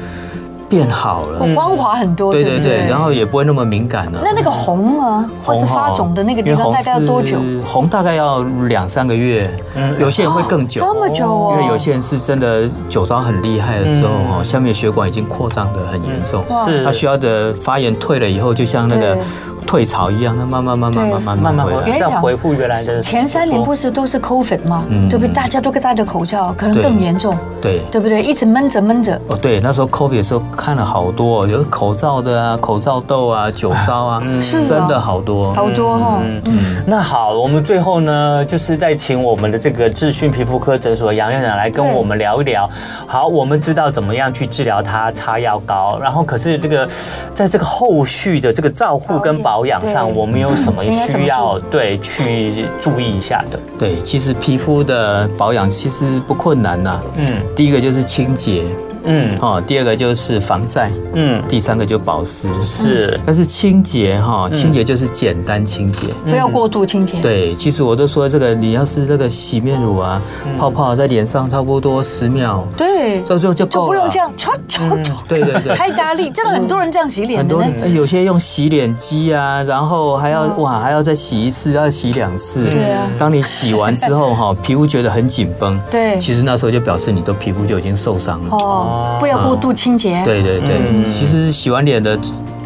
D: 变好了，
B: 光滑很多，
D: 对
B: 哦对
D: 对
B: 不
D: 对，然后也不会那么敏感了
B: 那。那个红啊，或是发肿的那个地方，大概要多久？？
D: 红大概要两三个月，
C: 嗯
D: 有些人会更久。
B: 这么久哦，
D: 因为有些人是真的酒糟很厉害的时候哦，下面的血管已经扩张的很严重，
B: 哇
C: 是
D: 它需要的发炎退了以后，就像那个
B: 对
D: 退潮一样，它慢慢慢慢慢慢
C: 慢
D: 慢
C: 慢
D: 回
C: 恢
D: 来。
B: 原
C: 再
B: 厂
C: 恢复原来的。
B: 前三年不是都是 COVID 吗？对不对？大家都戴着口罩，可能
D: 嗯对
B: 更严重，
D: 对。
B: 对不对？一直闷着闷着，
D: 哦，对，那时候 COVID 的时候看了好多哦，有口罩的啊，口罩痘啊，酒糟啊，
B: 是哦
D: 真的好多。
B: 好多哈。
D: 嗯
B: 嗯
C: 那好，我们最后呢，就是再请我们的这个智讯皮肤科诊所的杨院长来跟
B: 对
C: 我们聊一聊。好，我们知道怎么样去治疗它擦药膏，然后可是这个在这个后续的这个照护跟
B: 保
C: 保养上，
B: 对
C: 我们有什么
B: 应该怎么
C: 需要
B: 做
C: 对去注意一下的？
D: 对，其实皮肤的保养其实不困难呐、
C: 嗯
D: 第一个就是清洁，
C: 嗯
D: 哦，第二个就是防晒，
C: 嗯，
D: 第三个就保湿。
C: 是
D: 但是清洁哈，清洁就是简单清洁。
B: 不要过度清洁。
D: 对，其实我都说这个，你要是这个洗面乳啊，泡泡在脸上差不多十秒，
B: 对，
D: 这就就
B: 就
D: 够
B: 不
D: 了。
B: 用这样戳戳戳，
D: 哦嗯对对对。
B: 太大力，真的很多人这样洗脸
D: 很
B: 的
D: 多
B: 呢。
D: 呃有些用洗脸机啊，然后还要哇，还要再洗一次，要洗两次。
B: 哦对啊
D: 当你洗完之后哈， 皮肤觉得很紧绷。
B: 对
D: 其实那时候就表示你的皮肤就已经受伤了。
B: 哦，不要过度清洁。
D: 对对对，
C: 嗯
D: 其实洗完脸的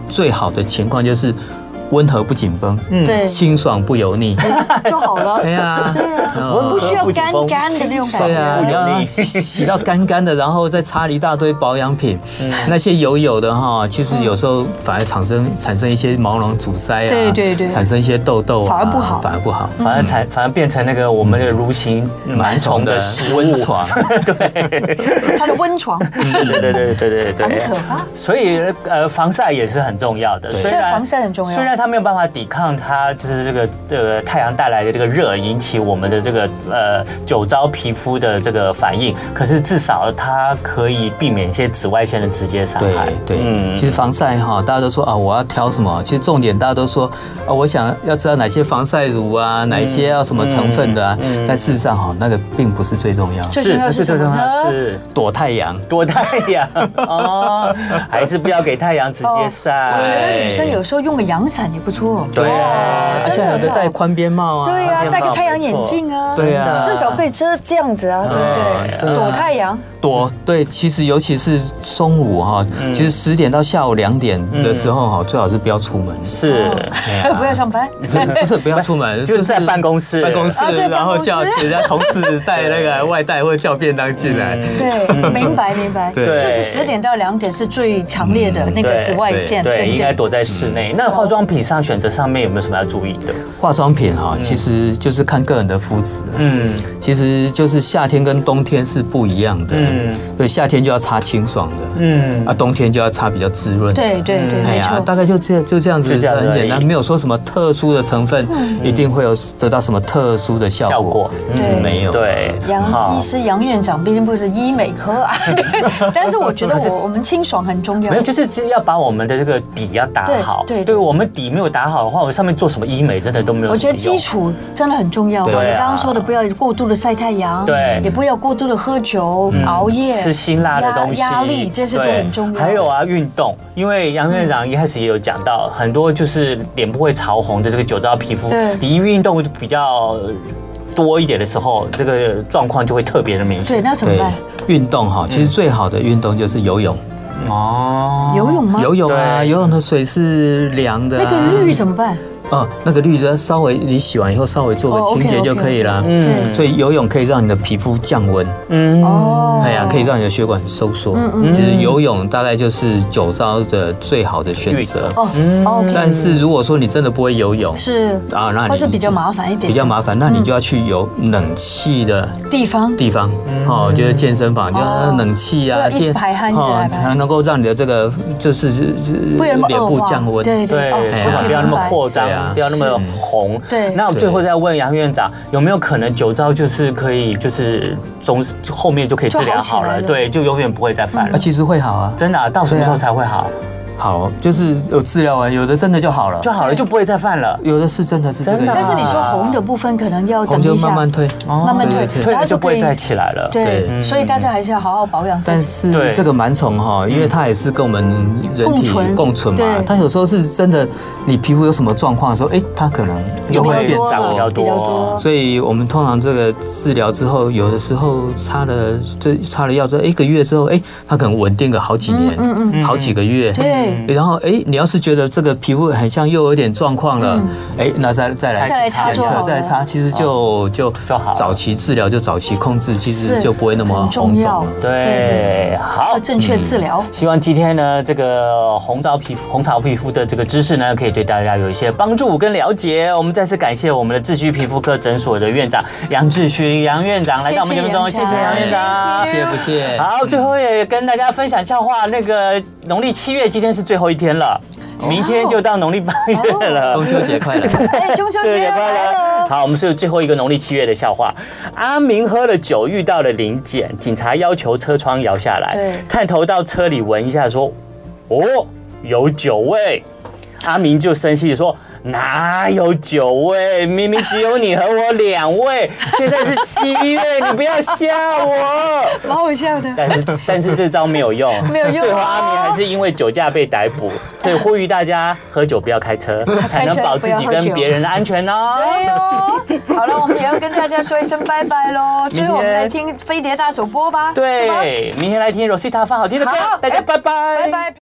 D: 最好的情况就是温和不紧绷，
B: 嗯对
D: 嗯清爽不油腻。
B: 就好了。
D: 对啊，
B: 对啊，
D: 嗯
B: 不需要干干的那
C: 哦
B: 种感
D: 对啊，你
B: 觉。
D: 要
C: 腻
D: 洗到干干的，然后再擦了一大堆保养品，
B: 嗯
D: 那些油油的哈，其实有时候反而产生产生一些毛囊阻塞啊，
B: 对对对
D: 产生一些痘痘啊，
B: 反而不好
D: 反而不好。
C: 反而才反而变成那个我们的蠕形螨虫嗯的食物
D: 温。床，
B: 它的温床
C: 对对对对对对对，
B: 很可怕。
C: 所以呃，防晒也是很重要的。虽
B: 这个防晒很重要
C: 虽然它没有办法抵抗它就是这个呃这个太阳带来的这个热引起我们的这个呃酒糟皮肤的这个反应，可是至少它可以避免一些紫外线的直接伤
D: 对
C: 害。嗯
D: 对，其实防晒哈，大家都说啊，我要挑什么？其实重点大家都说啊，我想要知道哪些防晒乳啊，哪一些要什么成分的啊。
C: 嗯
D: 但事实上哈，那个并不是最重要，
B: 最重要是
C: 最
B: 什
C: 重
B: 么
C: 要
B: 呢？
C: 是
D: 躲太阳。
C: 躲太阳哦，还是不要给太阳直接
B: 我觉
C: 晒。
B: 得女生有时候用个阳伞也不错。
C: 对
B: 哇
D: 啊而且还有的戴
B: 啊真
D: 宽边帽啊，
B: 对呀、戴个太阳眼镜啊，
D: 对啊
B: 至少可以遮这样子啊，对不
D: 对啊
B: 对？躲太阳，
C: 嗯
D: 躲对，其实尤其是中午哈，其实十点到下午两点
C: 嗯
D: 的时候哈，最好是不要出门，
C: 是，
D: 对啊
B: 哦 不要上 班。
D: 不是不要出门，
C: 哎就是在办公室
D: 哦办公室
B: 啊对，办
D: 然后
B: 公室
D: 叫人家同事带 那个外带或者叫便当进来，
C: 嗯
B: 对，明白明白，
D: 对
B: 就是十点到两点是最强烈的那个紫外线，
C: 嗯对，
B: 对不
C: 应该
B: 对？
C: 躲在室内。那化妆品上选择上面有没有什么要注意的？
D: 化妆品哈，其实就是看个人的肤质，
C: 嗯，
D: 其实就是夏天跟冬天是不一样的，
C: 嗯
D: 对，夏天就要擦清爽的，
C: 嗯
D: 啊，冬天就要擦比较滋润的，
B: 对对对，
D: 哎
B: 没
D: 呀，
B: 错。
D: 大概就这就这样子，
C: 就这样而已嗯
D: 很简单，没有说什么特殊的成分，
B: 嗯
D: 一定会有得到什么特殊的效果，
C: 效果
D: 是没有。
C: 对，
B: 杨
C: 好
B: 医师、杨院长毕竟不是医美科 啊， 对但是我觉得我我们清爽很重要
C: 没有，。就是只要把我们的这个底要打好。
B: 对对
C: 对我们底没有打好的话，我上面做什么医美真的都没有什么用。
B: 我觉得基础真的很重要啊。
C: 对啊
B: 你刚刚说的，不要过度的晒太阳，
C: 对嗯
B: 也不要过度的喝酒、熬夜、
C: 吃辛辣的东西，
B: 压压力这些都
C: 对
B: 很重要。
C: 还有，啊，运动，因为杨院长一开始也有讲到，很多就是脸部会潮红的这个酒糟皮肤
B: 对，
C: 你一运动比较多一点的时候，这个状况就会特别的明
B: 对，
C: 显。
B: 那怎么
D: 对
B: 办？，嗯
D: 运动哈，其实最好的运动就是游泳，
C: 哦，
B: 游泳吗？
D: 游泳啊，
C: 对
D: 游泳的水是凉的啊。
B: 那个绿怎么办？
D: 嗯，那个绿的稍微你洗完以后稍微
B: 哦
D: 做个
B: ，OK，
D: 清洁就
B: OK，
D: 可以啦。
B: 嗯对
D: 所以游泳可以让你的皮肤降温，
C: 嗯
B: 哦，嗯
D: 哎呀，可以让你的血管收缩。其实游泳大概就是酒糟的最好的选择。
B: 哦，OK，
D: 嗯但是如果说你真的不会游泳，
B: 是
D: 啊那你
B: 或是比较麻烦一点，
D: 比较麻烦，那你就要去有冷气的
B: 地方
D: 地方，哦，就是健身房，就
B: 嗯哦
D: 冷气啊，
B: 对一直
D: 电
B: 排汗一直排汗
D: 才能够让你的这个就是是
B: 不然那么
D: 脸
B: 恶
D: 部
B: 化，
D: 降温。
B: 对
C: 对
B: 对，哦，
D: 哎
C: 肤
D: 呀
C: 管
B: 我
C: 不要那么
B: 明白
C: 扩张
D: 对啊，
C: 不要那么红。
B: 对
C: 那我最后
D: 对
C: 再问杨院长，有没有可能酒糟就是可以就是从后面就可以治疗
B: 就好
C: 好
B: 起来
C: 了？
B: 了嗯
C: 对，就永远不会再犯
D: 那
C: 了。
D: 其实会好啊，
C: 真的啊，到什么时候
D: 对啊
C: 才会好？
D: 好，就是有治疗啊完，有的真的就好了
C: 就，好了，就不会再犯了。
D: 有的是真的是这个
C: 真的啊
D: 样
B: 但
D: 子，
B: 是你说红的部分可能要
D: 红
B: 等一
D: 就
B: 下，哦
D: 慢慢退。
B: 慢慢退
D: 对对，
C: 退
B: 然
C: 了
B: 后
C: 就不
B: 可
C: 会
B: 以
C: 再起来了。
B: 对，
D: 对
B: 所以大家还是要好好保养自
D: 但
B: 己。
D: 是
C: 对
D: 这个螨虫哈，因为它也是跟我们
B: 嗯
D: 人
B: 共
D: 体
B: 存
D: 共存嘛
B: 对，
D: 它有时候是真的，你皮肤有什么状况的时候，哎，它可能就
B: 比较
D: 会变
B: 多
D: 脏
B: 了
C: 比
D: 哦。
C: 较多
B: 比较多
D: 所以我们通常这个治疗之后，有的时候擦了这擦了药之后，一个月之后，哎，它可能稳定个好几年，
B: 嗯嗯
D: 好几个月。
B: 对，
D: 然后哎，你要是觉得这个皮肤很像又有点状况了，哎、那再再来
B: 嗯再来擦
D: 检
B: 就
D: 测
B: 好了哦
D: 再来擦，其实就就
C: 就好了
D: 早期治疗就早期控制，其实
B: 是
D: 就不会那么
B: 很
D: 红
B: 重
D: 肿
B: 要
D: 了。，
C: 对，好
B: 要，正确治疗。
C: 希望今天呢，这个红枣皮肤、红槽皮肤的这个知识呢，可以对大家有一些帮助跟了解。我们再次感谢我们的智须皮肤科诊所的院长杨志勋杨院长来到我们节目中，谢
B: 谢谢
C: 谢杨院长。
D: 谢不谢？
C: 好，最后也跟大家分享笑话，那个农历七月今天是最后一天了，
B: 哦
C: 明天就到农历八月了，
D: 中秋节快乐！
C: 嗯
B: 哎，哦中 秋节要来了哦。
C: 好，我们是最后一个农历七月的笑话。阿明喝了酒，遇到了临检，警察要求车窗摇下
B: 对
C: 来，探头到车里闻一下，说：“哦，有酒味。”阿明就生气地说。哪有酒味？明明只有你和我两位，现在是七月，你不要吓我。
B: 蛮好笑的。
C: 但是但是这招没有用，啊
B: 没有用哦
C: 最后阿明还是因为酒驾被逮捕，所以呼吁大家喝酒不要开车，才能保自己跟别人的安全哦。
B: 哎呦，好了，我们也要跟大家说一声拜拜喽。最后我们来听飞碟大首播吧，是吗
C: 对，明天来听 Rosita 放好听的歌哎
B: 好，
C: 大家拜拜，
B: 拜拜。